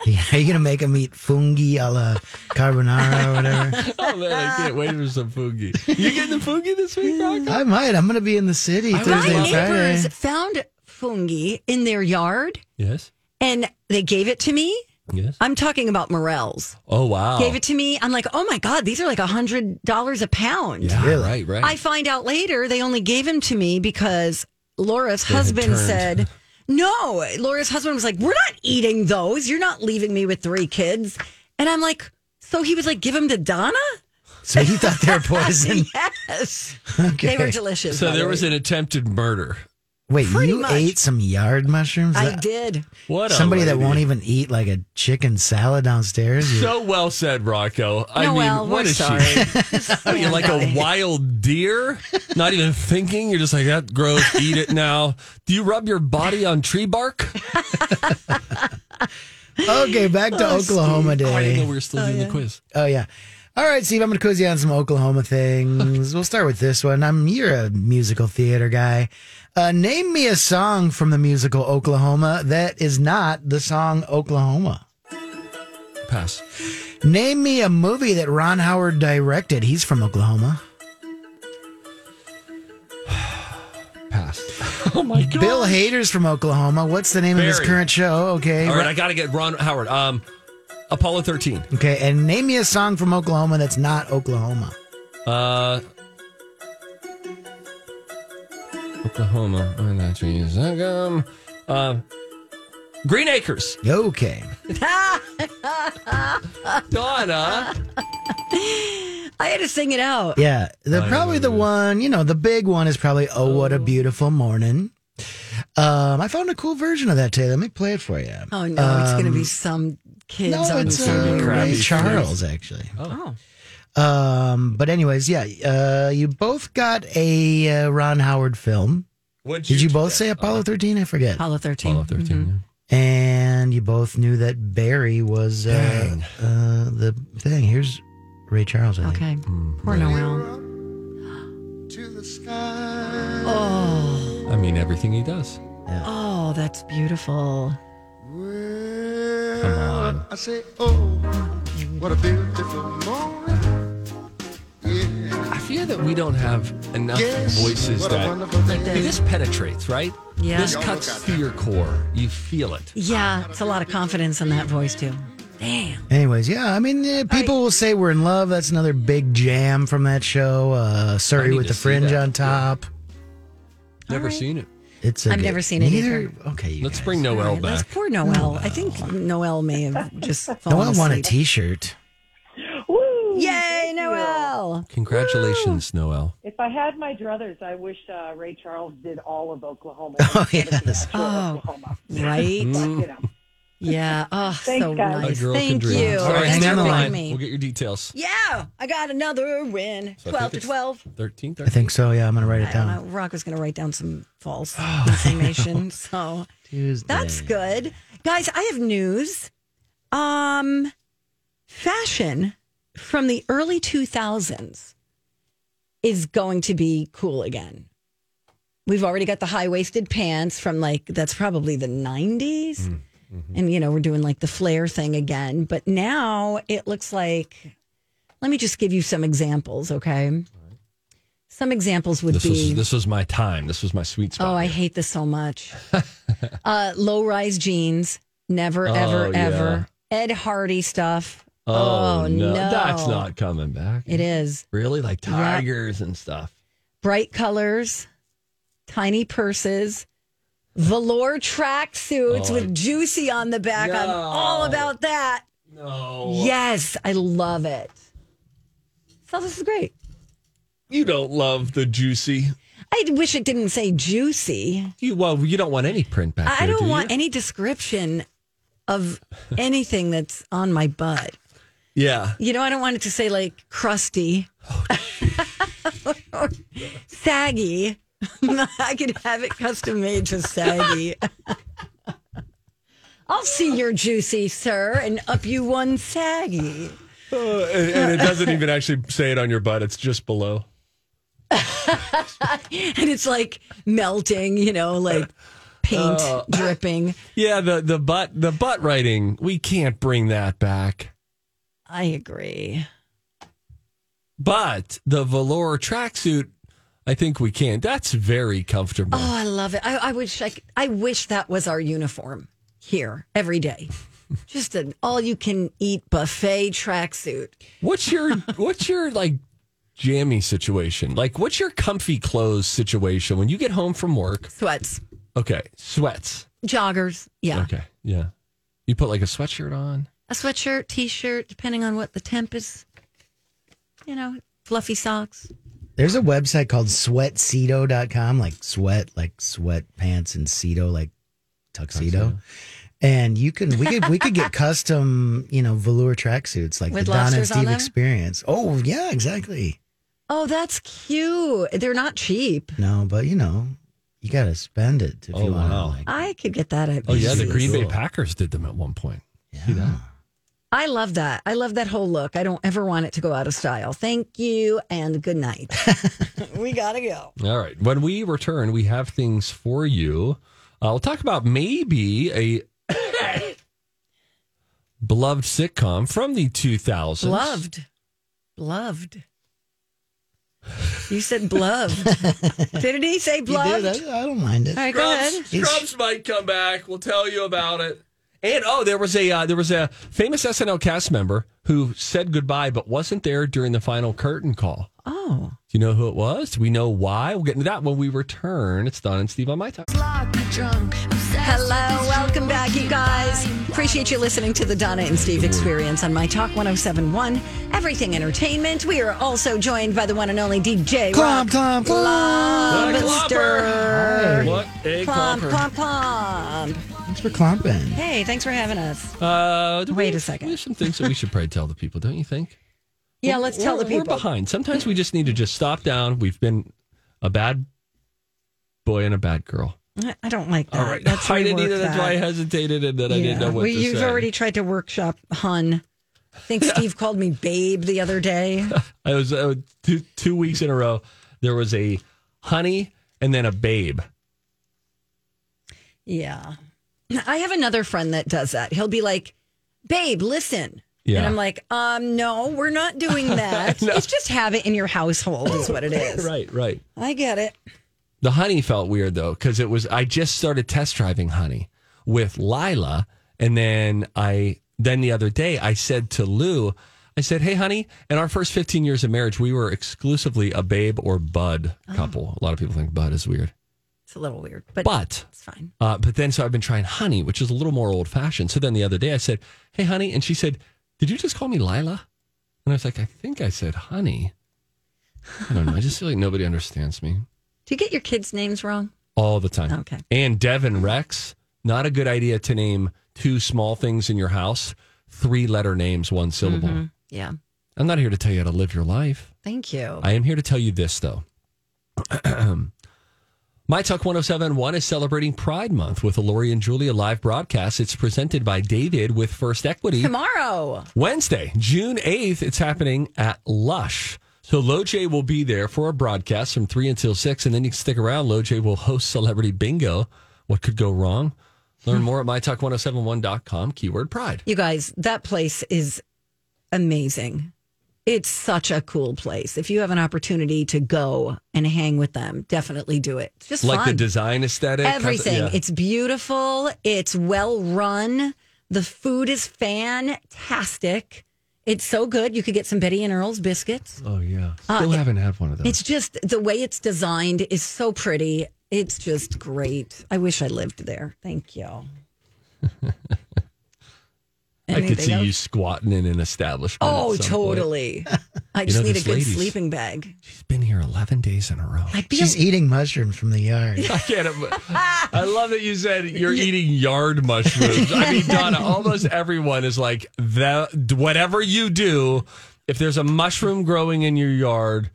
[SPEAKER 2] Are you going to make him eat fungi a la carbonara or whatever?
[SPEAKER 4] oh man, I can't wait for some fugi. You getting the fugi this week, Rock?
[SPEAKER 2] I might. I'm going to be in the city Thursday,
[SPEAKER 1] My
[SPEAKER 2] and Friday.
[SPEAKER 1] neighbors found fungi in their yard
[SPEAKER 4] Yes.
[SPEAKER 1] and they gave it to me.
[SPEAKER 4] Yes.
[SPEAKER 1] I'm talking about morels.
[SPEAKER 4] Oh wow.
[SPEAKER 1] Gave it to me. I'm like, oh my God, these are like $100 a pound.
[SPEAKER 4] Yeah, right, right.
[SPEAKER 1] I find out later they only gave him to me because Laura's
[SPEAKER 4] They had
[SPEAKER 1] husband
[SPEAKER 4] turned.
[SPEAKER 1] said, No, Laura's husband was like, We're not eating those. You're not leaving me with three kids. And I'm like, So he was like, Give them to Donna?
[SPEAKER 2] So you thought they were poison?
[SPEAKER 1] yes.
[SPEAKER 2] Okay.
[SPEAKER 1] They were delicious.
[SPEAKER 4] so
[SPEAKER 1] by the
[SPEAKER 4] there
[SPEAKER 1] way.
[SPEAKER 4] was an attempted murder.
[SPEAKER 2] Wait,
[SPEAKER 1] Pretty
[SPEAKER 2] you
[SPEAKER 1] much.
[SPEAKER 2] ate some yard mushrooms?
[SPEAKER 1] I
[SPEAKER 2] That-
[SPEAKER 1] did.
[SPEAKER 4] What a
[SPEAKER 2] Somebody that
[SPEAKER 4] lady.
[SPEAKER 2] won't even eat like a chicken salad downstairs. You-
[SPEAKER 4] So well said, Rocco. I mean,
[SPEAKER 1] Noelle,
[SPEAKER 4] what
[SPEAKER 1] we're
[SPEAKER 4] is
[SPEAKER 1] sorry.
[SPEAKER 4] she? What are you like a wild deer? Not even thinking. You're just like that. Gross. Eat it now. Do you rub your body on tree bark?
[SPEAKER 2] okay, back to Oklahoma
[SPEAKER 4] Oh, I didn't know
[SPEAKER 2] Day.
[SPEAKER 4] we were still doing the quiz.
[SPEAKER 2] Oh yeah. All right, Steve. I'm going to quiz you on some Oklahoma things. We'll start with this one. I'm you're a musical theater guy. Uh, name me a song from the musical Oklahoma that is not the song Oklahoma.
[SPEAKER 4] Pass.
[SPEAKER 2] Name me a movie that Ron Howard directed. He's from Oklahoma.
[SPEAKER 4] Pass. Oh my god.
[SPEAKER 2] Bill Hader's from Oklahoma. What's the name of his
[SPEAKER 4] Barry.
[SPEAKER 2] current show? Okay.
[SPEAKER 4] All right, I got to get Ron Howard. Um, Apollo 13.
[SPEAKER 2] Okay, and name me a song from Oklahoma that's not Oklahoma.
[SPEAKER 4] Uh, Oklahoma. Where the trees I come. Uh, Green Acres.
[SPEAKER 2] Okay.
[SPEAKER 4] Donna.
[SPEAKER 1] I had to sing it out.
[SPEAKER 2] Yeah, the probably the one you know the big one is probably oh, what a beautiful morning. Um, I found a cool version of that today. Let me play it for you. Um,
[SPEAKER 1] Oh no, it's going to be some kids
[SPEAKER 2] no,
[SPEAKER 1] on
[SPEAKER 2] it's
[SPEAKER 1] some
[SPEAKER 2] uh,
[SPEAKER 1] crappy
[SPEAKER 2] Ray
[SPEAKER 4] thing.
[SPEAKER 2] Charles actually.
[SPEAKER 1] Oh.
[SPEAKER 2] Um, but anyways, yeah, uh, you both got a uh, Ron Howard film.
[SPEAKER 4] What'd
[SPEAKER 2] Did you both say Apollo
[SPEAKER 4] Uh-huh.
[SPEAKER 2] thirteen? I forget.
[SPEAKER 1] Apollo 13.
[SPEAKER 4] Apollo 13.
[SPEAKER 2] And you both knew that Barry was uh,
[SPEAKER 4] Dang.
[SPEAKER 2] uh, the thing. Here's Ray Charles. I think.
[SPEAKER 1] Okay. Poor Noel. Oh,
[SPEAKER 4] yeah. I mean, everything he does.
[SPEAKER 1] oh, that's beautiful.
[SPEAKER 4] Come on.
[SPEAKER 7] I say, oh, what a beautiful morning.
[SPEAKER 4] I fear that we don't have enough
[SPEAKER 7] Yes,
[SPEAKER 4] voices
[SPEAKER 7] what a
[SPEAKER 4] that.
[SPEAKER 7] wonderful day.
[SPEAKER 4] This penetrates, right?
[SPEAKER 1] Yeah.
[SPEAKER 4] This cuts to your core. You feel it.
[SPEAKER 1] Yeah, it's a lot of confidence in that voice too. Damn.
[SPEAKER 2] Anyways, yeah, I mean, eh, people will say we're in love. That's another big jam from that show. Uh,
[SPEAKER 4] I
[SPEAKER 2] Surrey
[SPEAKER 4] need
[SPEAKER 2] with
[SPEAKER 4] to
[SPEAKER 2] the
[SPEAKER 4] see
[SPEAKER 2] fringe
[SPEAKER 4] that,
[SPEAKER 2] on
[SPEAKER 4] yeah.
[SPEAKER 2] top.
[SPEAKER 4] Never seen it.
[SPEAKER 2] It's a
[SPEAKER 1] I've
[SPEAKER 2] good-
[SPEAKER 1] never seen it
[SPEAKER 2] neither.
[SPEAKER 1] either.
[SPEAKER 2] Okay, you
[SPEAKER 4] Let's
[SPEAKER 2] guys.
[SPEAKER 4] bring
[SPEAKER 1] All
[SPEAKER 4] Noel
[SPEAKER 1] right, let's-
[SPEAKER 4] back.
[SPEAKER 1] Poor Noel. I think Noel may have just fallen
[SPEAKER 2] Noelle won a
[SPEAKER 1] asleep.
[SPEAKER 2] T-shirt.
[SPEAKER 9] Woo!
[SPEAKER 1] Yay, Noel.
[SPEAKER 4] Congratulations, Noel.
[SPEAKER 9] If I had my druthers, I wish uh, Ray Charles did all of Oklahoma.
[SPEAKER 2] Oh,
[SPEAKER 9] instead of the
[SPEAKER 2] yes.
[SPEAKER 9] actual
[SPEAKER 1] Oh.
[SPEAKER 9] Oklahoma.
[SPEAKER 1] Right?
[SPEAKER 9] You know.
[SPEAKER 1] yeah. Oh,
[SPEAKER 9] Thanks,
[SPEAKER 1] so
[SPEAKER 9] guys.
[SPEAKER 4] A
[SPEAKER 1] nice.
[SPEAKER 4] girl can
[SPEAKER 1] Thank
[SPEAKER 4] dream.
[SPEAKER 1] you.
[SPEAKER 4] All right,
[SPEAKER 1] Thanks
[SPEAKER 4] stay
[SPEAKER 2] hang
[SPEAKER 1] for
[SPEAKER 4] on
[SPEAKER 2] on.
[SPEAKER 4] the line.
[SPEAKER 1] picking me.
[SPEAKER 4] We'll get your details.
[SPEAKER 1] Yeah, I got another win.
[SPEAKER 4] So I
[SPEAKER 1] 12
[SPEAKER 4] think
[SPEAKER 1] to
[SPEAKER 4] it's
[SPEAKER 1] 12.
[SPEAKER 4] 13,
[SPEAKER 2] I think so. Yeah, I'm gonna write it
[SPEAKER 1] I don't know.
[SPEAKER 2] down.
[SPEAKER 1] Rock was going to write down some false
[SPEAKER 4] Oh.
[SPEAKER 1] information. So
[SPEAKER 2] Tuesday.
[SPEAKER 1] that's good. Guys, I have news. Um, fashion from the early 2000s is going to be cool again. We've already got the high waisted pants from like, that's probably the 90s.
[SPEAKER 4] Mm, mm-hmm.
[SPEAKER 1] And, you know, we're doing like the flare thing again. But now it looks like, let me just give you some examples, okay? Some examples would
[SPEAKER 4] This
[SPEAKER 1] be.
[SPEAKER 4] was this was my time. This was my sweet spot.
[SPEAKER 1] Oh, I hate this so much. uh, low rise jeans, never,
[SPEAKER 4] Oh,
[SPEAKER 1] ever,
[SPEAKER 4] yeah.
[SPEAKER 1] ever. Ed Hardy stuff.
[SPEAKER 4] Oh,
[SPEAKER 1] no.
[SPEAKER 4] no. that's not coming back.
[SPEAKER 1] It is
[SPEAKER 4] really like tigers and stuff.
[SPEAKER 1] bright colors, tiny purses, velour tracksuits
[SPEAKER 4] Oh, I-
[SPEAKER 1] with juicy on the back. I'm
[SPEAKER 4] No.
[SPEAKER 1] all about that.
[SPEAKER 4] No,
[SPEAKER 1] Yes, I love it. So this is great.
[SPEAKER 4] you don't love the juicy.
[SPEAKER 1] I wish it didn't say juicy.
[SPEAKER 4] You, well, you don't want any print back.
[SPEAKER 1] I
[SPEAKER 4] there, do
[SPEAKER 1] don't
[SPEAKER 4] you?
[SPEAKER 1] want any description of anything that's on my butt.
[SPEAKER 4] Yeah.
[SPEAKER 1] You know, I don't want it to say like crusty or saggy. I could have it custom made to saggy. I'll see your juicy, sir, and up you one saggy.
[SPEAKER 4] Uh, and, and it doesn't even actually say it on your butt. It's just below.
[SPEAKER 1] And it's like melting, you know, like paint dripping.
[SPEAKER 4] Yeah, the the butt the butt writing. We can't bring that back.
[SPEAKER 1] I agree.
[SPEAKER 4] But the velour tracksuit, I think we can. That's very comfortable.
[SPEAKER 1] Oh, I love it. I, I wish I, could- I wish that was our uniform here every day. Just an all you can eat buffet tracksuit.
[SPEAKER 4] What's your what's your like jammy situation? Like what's your comfy clothes situation when you get home from work?
[SPEAKER 1] Sweats,
[SPEAKER 4] Okay, sweats.
[SPEAKER 1] joggers. Yeah.
[SPEAKER 4] Okay, yeah. You put like a sweatshirt on.
[SPEAKER 1] A sweatshirt, t shirt, depending on what the temp is. You know, fluffy socks.
[SPEAKER 2] There's a website called sweatcedo.com, like sweat, like sweatpants and cedo, like tuxedo. And you can we could we could get custom, you know, velour tracksuits like
[SPEAKER 1] With
[SPEAKER 2] the Don and
[SPEAKER 1] lobsters on
[SPEAKER 2] Steve
[SPEAKER 1] them?
[SPEAKER 2] experience. Oh yeah, exactly.
[SPEAKER 1] Oh, that's cute. They're not cheap.
[SPEAKER 2] No, but you know, you gotta spend it if
[SPEAKER 4] Oh,
[SPEAKER 2] you want to
[SPEAKER 4] wow.
[SPEAKER 2] like
[SPEAKER 1] I could get that at
[SPEAKER 4] Oh yeah, the
[SPEAKER 1] BJ's.
[SPEAKER 4] Green Bay Packers did them at one point. See that?
[SPEAKER 1] I love that. I love that whole look. I don't ever want it to go out of style. Thank you and good night. we gotta go.
[SPEAKER 4] All right. When we return, we have things for you. Uh, we'll talk about maybe a beloved sitcom from the 2000s.
[SPEAKER 1] Loved. Loved. You said bloved. Didn't he say
[SPEAKER 2] You
[SPEAKER 1] bloved?
[SPEAKER 2] did, I, I don't mind it.
[SPEAKER 1] All right, go ahead.
[SPEAKER 4] Scrubs, Scrubs might come back. We'll tell you about it. And oh, there was a uh, there was a famous SNL cast member who said goodbye but wasn't there during the final curtain call.
[SPEAKER 1] Oh.
[SPEAKER 4] Do you know who it was? Do we know why? We'll get into that when we return. It's Don and Steve on my time.
[SPEAKER 1] Hello, welcome back, you guys. Appreciate you listening to the Donna and Steve experience on My Talk 1071, Everything Entertainment. We are also joined by the one and only DJ
[SPEAKER 2] Clomp,
[SPEAKER 1] Rock
[SPEAKER 2] clomp, clomp.
[SPEAKER 4] What a
[SPEAKER 1] Lobster.
[SPEAKER 4] clomper. What a
[SPEAKER 1] Clomp,
[SPEAKER 4] clomper.
[SPEAKER 1] clomp, clomp.
[SPEAKER 2] Thanks for clomping.
[SPEAKER 1] Hey, thanks for having us.
[SPEAKER 4] Uh, do we-
[SPEAKER 1] Wait a second.
[SPEAKER 4] We have some things that we should probably tell the people, don't you think?
[SPEAKER 1] Yeah, let's tell
[SPEAKER 4] We're-
[SPEAKER 1] the
[SPEAKER 4] We're
[SPEAKER 1] people.
[SPEAKER 4] behind. Sometimes we just need to just stop down. We've been a bad boy and a bad girl.
[SPEAKER 1] I- I don't like that.
[SPEAKER 4] All right.
[SPEAKER 1] Let's
[SPEAKER 4] I didn't
[SPEAKER 1] rework
[SPEAKER 4] either. That's why I
[SPEAKER 1] that.
[SPEAKER 4] hesitated and then I didn't know what
[SPEAKER 1] Well,
[SPEAKER 4] to
[SPEAKER 1] you've
[SPEAKER 4] say.
[SPEAKER 1] already tried to workshop hun. I think Steve called me babe the other day.
[SPEAKER 4] I was uh, two, two weeks in a row. There was a honey and then a babe.
[SPEAKER 1] Yeah. I have another friend that does that. He'll be like, babe, listen. And
[SPEAKER 4] Yeah.
[SPEAKER 1] I'm like, um, no, we're not doing that. It's just have it in your household, is what it is.
[SPEAKER 4] Right, right.
[SPEAKER 1] I get it.
[SPEAKER 4] The honey felt weird though because it was I just started test driving honey with Lila, and then I then the other day I said to Lou, I said, "Hey, honey, in our first 15 years of marriage, we were exclusively a babe or bud couple. A lot of people think bud is weird,
[SPEAKER 1] It's a little weird, but,
[SPEAKER 4] but
[SPEAKER 1] it's fine.
[SPEAKER 4] uh, but then so I've been trying honey, which is a little more old fashioned. So then the other day I said, "Hey, honey," and she said, "Did you just call me Lila?" And I was like, "I think I said honey." I don't know. I just feel like nobody understands me
[SPEAKER 1] Do you get your kids' names wrong?
[SPEAKER 4] all the time.
[SPEAKER 1] Okay.
[SPEAKER 4] And Devin Rex, not a good idea to name two small things in your house, three letter names, one syllable.
[SPEAKER 1] Yeah.
[SPEAKER 4] I'm not here to tell you how to live your life.
[SPEAKER 1] Thank you.
[SPEAKER 4] I am here to tell you this, though. My Talk 1071 is celebrating Pride Month with a Lori and Julia live broadcast. It's presented by David with First Equity.
[SPEAKER 1] Tomorrow.
[SPEAKER 4] Wednesday, June 8th, it's happening at Lush. So Loj will be there for a broadcast from 3 until 6, and then you can stick around. Loj will host Celebrity Bingo. What could go wrong? Learn
[SPEAKER 1] Hmm.
[SPEAKER 4] more at mytalk1071.com, keyword pride.
[SPEAKER 1] You guys, that place is amazing. It's such a cool place. If you have an opportunity to go and hang with them, definitely do it. It's just
[SPEAKER 4] Like the
[SPEAKER 1] fun.
[SPEAKER 4] design aesthetic.
[SPEAKER 1] everything.
[SPEAKER 4] Yeah.
[SPEAKER 1] It's beautiful. It's well run. The food is fantastic. It's so good. You could get some Betty and Earl's biscuits.
[SPEAKER 4] oh, yeah. Still haven't had one of those.
[SPEAKER 1] Uh, It's just the way it's designed is so pretty. It's just great. I wish I lived there. Thank you.
[SPEAKER 4] I could
[SPEAKER 1] Anything
[SPEAKER 4] see you
[SPEAKER 1] else?
[SPEAKER 4] squatting in an establishment. at
[SPEAKER 1] Oh,
[SPEAKER 4] some point.
[SPEAKER 1] totally. I
[SPEAKER 4] You
[SPEAKER 1] just
[SPEAKER 4] know,
[SPEAKER 1] need a
[SPEAKER 4] this
[SPEAKER 1] good
[SPEAKER 4] lady's-
[SPEAKER 1] sleeping bag.
[SPEAKER 4] She's been here 11 days in a row.
[SPEAKER 1] I'd be
[SPEAKER 2] She's
[SPEAKER 1] a-
[SPEAKER 2] eating mushrooms from the yard.
[SPEAKER 4] I can't. im- I love that you said you're eating yard mushrooms. I mean, Donna, almost everyone is like that. Whatever you do, if there's a mushroom growing in your yard,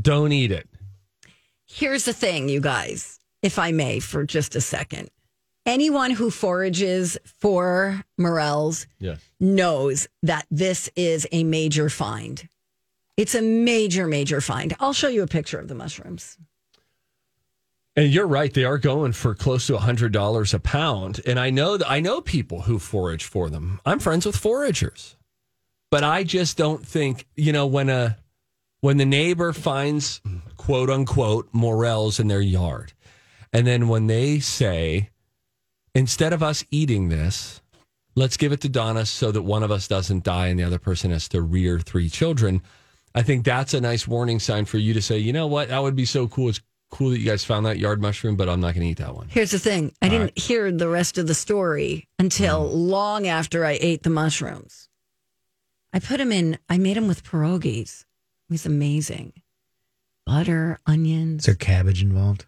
[SPEAKER 4] don't eat it.
[SPEAKER 1] Here's the thing, you guys, if I may, for just a second. Anyone who forages for morels
[SPEAKER 4] Yes.
[SPEAKER 1] knows that this is a major find. It's a major, major find. I'll show you a picture of the mushrooms.
[SPEAKER 4] And you're right; they are going for close to hundred dollars a pound. And I know that I know people who forage for them. I'm friends with foragers, but I just don't think you know when a when the neighbor finds quote unquote morels in their yard, and then when they say, instead of us eating this, let's give it to Donna so that one of us doesn't die and the other person has to rear three children. I think that's a nice warning sign for you to say, you know what, that would be so cool. It's cool that you guys found that yard mushroom, but I'm not going to eat that one.
[SPEAKER 1] Here's the thing I didn't hear the rest of the story until long after I ate the mushrooms. I put them in, I made them with pierogies. It was amazing. Butter, onions.
[SPEAKER 2] Is there cabbage involved?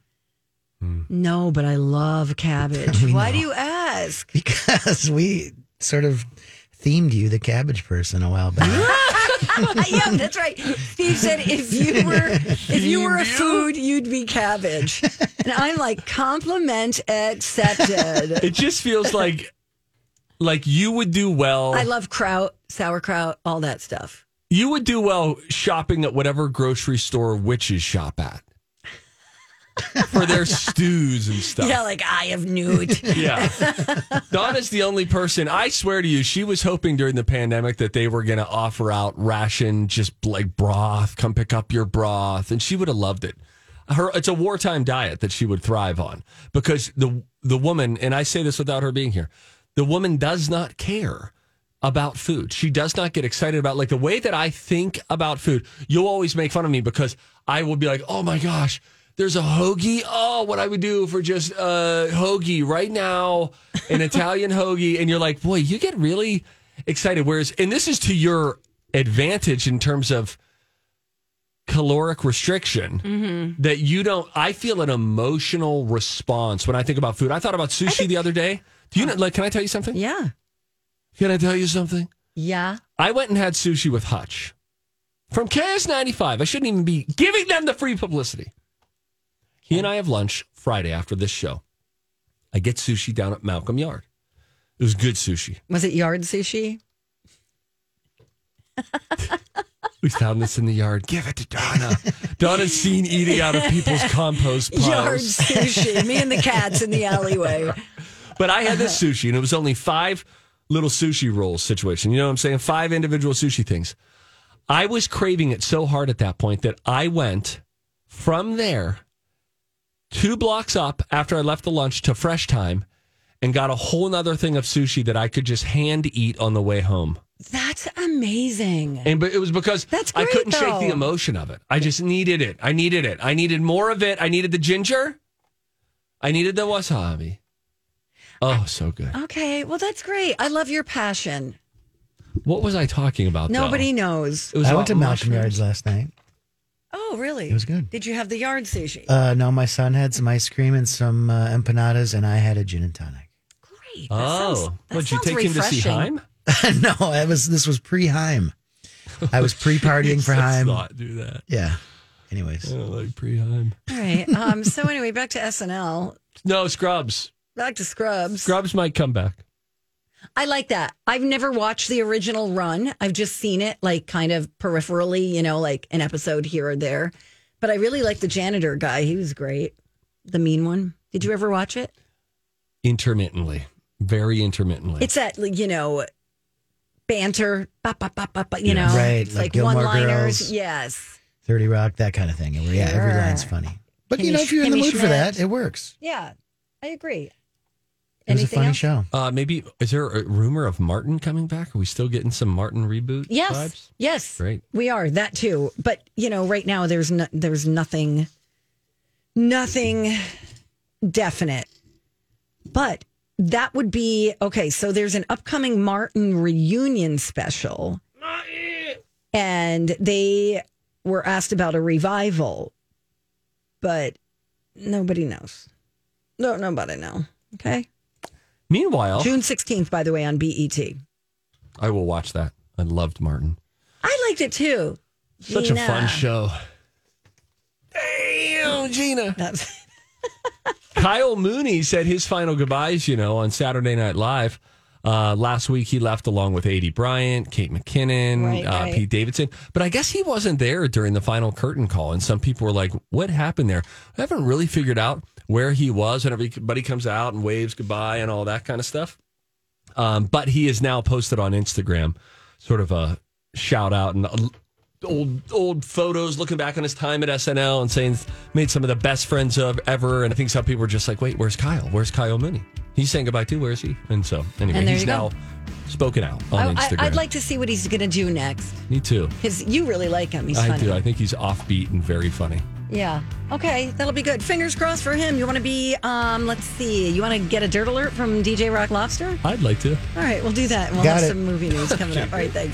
[SPEAKER 1] No, but I love cabbage.
[SPEAKER 2] We
[SPEAKER 1] Why
[SPEAKER 2] know.
[SPEAKER 1] do you ask?
[SPEAKER 2] Because we sort of themed you the cabbage person a while back.
[SPEAKER 1] yeah, that's right. Steve said if you were if you were a food, you'd be cabbage. And I'm like, compliment accepted.
[SPEAKER 4] It just feels like like you would do well.
[SPEAKER 1] I love kraut, sauerkraut, all that stuff.
[SPEAKER 4] you would do well shopping at whatever grocery store witches shop at for their stews and stuff.
[SPEAKER 1] Yeah, like I have nude.
[SPEAKER 4] Yeah. Donna's the only person, I swear to you, she was hoping during the pandemic that they were going to offer out ration, just like broth, come pick up your broth. And she would have loved it. Her, it's a wartime diet that she would thrive on because the, the woman, and I say this without her being here, the woman does not care about food. She does not get excited about like the way that I think about food. You'll always make fun of me because I will be like, "Oh my gosh, there's a hoagie. Oh, what I would do for just a hoagie right now, an Italian hoagie." And you're like, "Boy, you get really excited." Whereas, and this is to your advantage in terms of caloric restriction that you don't. I feel an emotional response when I think about food. I thought about sushi the other day. Do you know? Like, can I tell you something?
[SPEAKER 1] yeah.
[SPEAKER 4] Can I tell you something?
[SPEAKER 1] Yeah.
[SPEAKER 4] I went and had sushi with Hutch from KS95. I shouldn't even be giving them the free publicity. He and I have lunch Friday after this show. I get sushi down at Malcolm Yard. It was good sushi.
[SPEAKER 1] Was it yard sushi?
[SPEAKER 4] We found this in the yard. Give it to Donna. Donna's seen eating out of people's compost piles.
[SPEAKER 1] Yard sushi. Me and the cats in the alleyway.
[SPEAKER 4] But I had this sushi, and it was only five little sushi rolls situation. You know what I'm saying? Five individual sushi things. I was craving it so hard at that point that I went from there two blocks up after I left the lunch to Fresh Time and got a whole nother thing of sushi that I could just hand eat on the way home.
[SPEAKER 1] That's amazing.
[SPEAKER 4] And but it was because
[SPEAKER 1] That's
[SPEAKER 4] I
[SPEAKER 1] great,
[SPEAKER 4] couldn't shake the
[SPEAKER 1] though.
[SPEAKER 4] emotion of it. I just needed it. I needed it. I needed more of it. I needed the ginger. I needed the wasabi. Oh, so good.
[SPEAKER 1] Okay, well that's great. I love your passion.
[SPEAKER 4] What was I talking about? though?
[SPEAKER 1] Nobody knows.
[SPEAKER 4] It was
[SPEAKER 2] I went
[SPEAKER 4] about
[SPEAKER 2] to Malcolm
[SPEAKER 4] mushrooms.
[SPEAKER 2] Yards last night.
[SPEAKER 1] Oh, really?
[SPEAKER 2] It was good.
[SPEAKER 1] Did you have the yard sushi?
[SPEAKER 2] Uh, no, my son had some ice cream and some uh, empanadas, and I had a gin and tonic.
[SPEAKER 1] Great. That
[SPEAKER 4] Oh,
[SPEAKER 1] sounds- that
[SPEAKER 4] would you
[SPEAKER 1] sounds
[SPEAKER 4] take him to see
[SPEAKER 1] refreshing.
[SPEAKER 4] Heim?
[SPEAKER 2] no, I was. This was pre Heim. I was pre partying for
[SPEAKER 4] Let's
[SPEAKER 2] Heim.
[SPEAKER 4] not do that.
[SPEAKER 2] Yeah. Anyways,
[SPEAKER 4] I don't like pre-Heim.
[SPEAKER 1] All right. Um, so anyway, back to SNL,
[SPEAKER 4] No, Scrubs.
[SPEAKER 1] back to Scrubs.
[SPEAKER 4] Scrubs might come back.
[SPEAKER 1] I like that. I've never watched the original run. I've just seen it like kind of peripherally, you know, like an episode here or there. But I really like the janitor guy. He was great. The mean one. Did you ever watch it?
[SPEAKER 4] Intermittently. Very intermittently.
[SPEAKER 1] It's that like, you know banter, ba, ba, ba, ba, ba, you
[SPEAKER 4] Yeah.
[SPEAKER 1] know,
[SPEAKER 2] Right,
[SPEAKER 1] it's
[SPEAKER 2] like
[SPEAKER 1] like,
[SPEAKER 2] Gilmore
[SPEAKER 1] one-liners.
[SPEAKER 2] Girls.
[SPEAKER 1] Yes,
[SPEAKER 2] 30 Rock, that kind of thing. And where, yeah, every
[SPEAKER 1] Sure.
[SPEAKER 2] line's funny. But you
[SPEAKER 1] Kimmy
[SPEAKER 2] know, if you're in the
[SPEAKER 1] Schmidt.
[SPEAKER 2] mood for that, it works.
[SPEAKER 1] yeah, I agree.
[SPEAKER 2] It was a funny
[SPEAKER 1] else?
[SPEAKER 2] show.
[SPEAKER 4] uh, maybe is there a rumor of Martin coming back? Are we still getting some Martin reboot?
[SPEAKER 1] Yes,
[SPEAKER 4] Vibes?
[SPEAKER 1] yes,
[SPEAKER 4] Great.
[SPEAKER 1] We are that too. But you know, right now there's no, there's nothing, nothing definite. But that would be okay. So there's an upcoming Martin reunion special. and they were asked about a revival, but nobody knows. No, nobody know. Okay.
[SPEAKER 4] Meanwhile,
[SPEAKER 1] June sixteenth, by the way, on E BET.
[SPEAKER 4] I will watch that. I loved Martin.
[SPEAKER 1] I liked it too.
[SPEAKER 4] Such a fun
[SPEAKER 1] Gina.
[SPEAKER 4] show. Damn, Gina.
[SPEAKER 1] That's-
[SPEAKER 4] Kyle Mooney said his final goodbyes, you know, on Saturday Night Live. Uh, last week, he left along with A.D. Bryant, Kate McKinnon,
[SPEAKER 1] Right,
[SPEAKER 4] uh,
[SPEAKER 1] right.
[SPEAKER 4] Pete Davidson. But I guess he wasn't there during the final curtain call. And some people were like, what happened there? I haven't really figured out where he was and everybody comes out and waves goodbye and all that kind of stuff. Um, but he is now posted on Instagram, sort of a shout out and uh, old old photos, looking back on his time at SNL and saying made some of the best friends of ever. And I think some people were just like, "Wait, where's Kyle? Where's Kyle Mooney? He's saying goodbye too. Where is he?" And so anyway,
[SPEAKER 1] And there
[SPEAKER 4] he's
[SPEAKER 1] you go.
[SPEAKER 4] now spoken out on
[SPEAKER 1] I,
[SPEAKER 4] Instagram.
[SPEAKER 1] I, would like to see what he's going to do next
[SPEAKER 4] Me too.
[SPEAKER 1] because you really like him. He's
[SPEAKER 4] I
[SPEAKER 1] funny.
[SPEAKER 4] do. I think he's offbeat and very funny.
[SPEAKER 1] Yeah. Okay, that'll be good. Fingers crossed for him. You want to be, um, let's see, you want to get a dirt alert from DJ Rock Lobster?
[SPEAKER 4] I'd like to.
[SPEAKER 1] All right, we'll do that. And we'll
[SPEAKER 4] Got
[SPEAKER 1] have
[SPEAKER 4] it.
[SPEAKER 1] some movie news coming up. All right, thanks.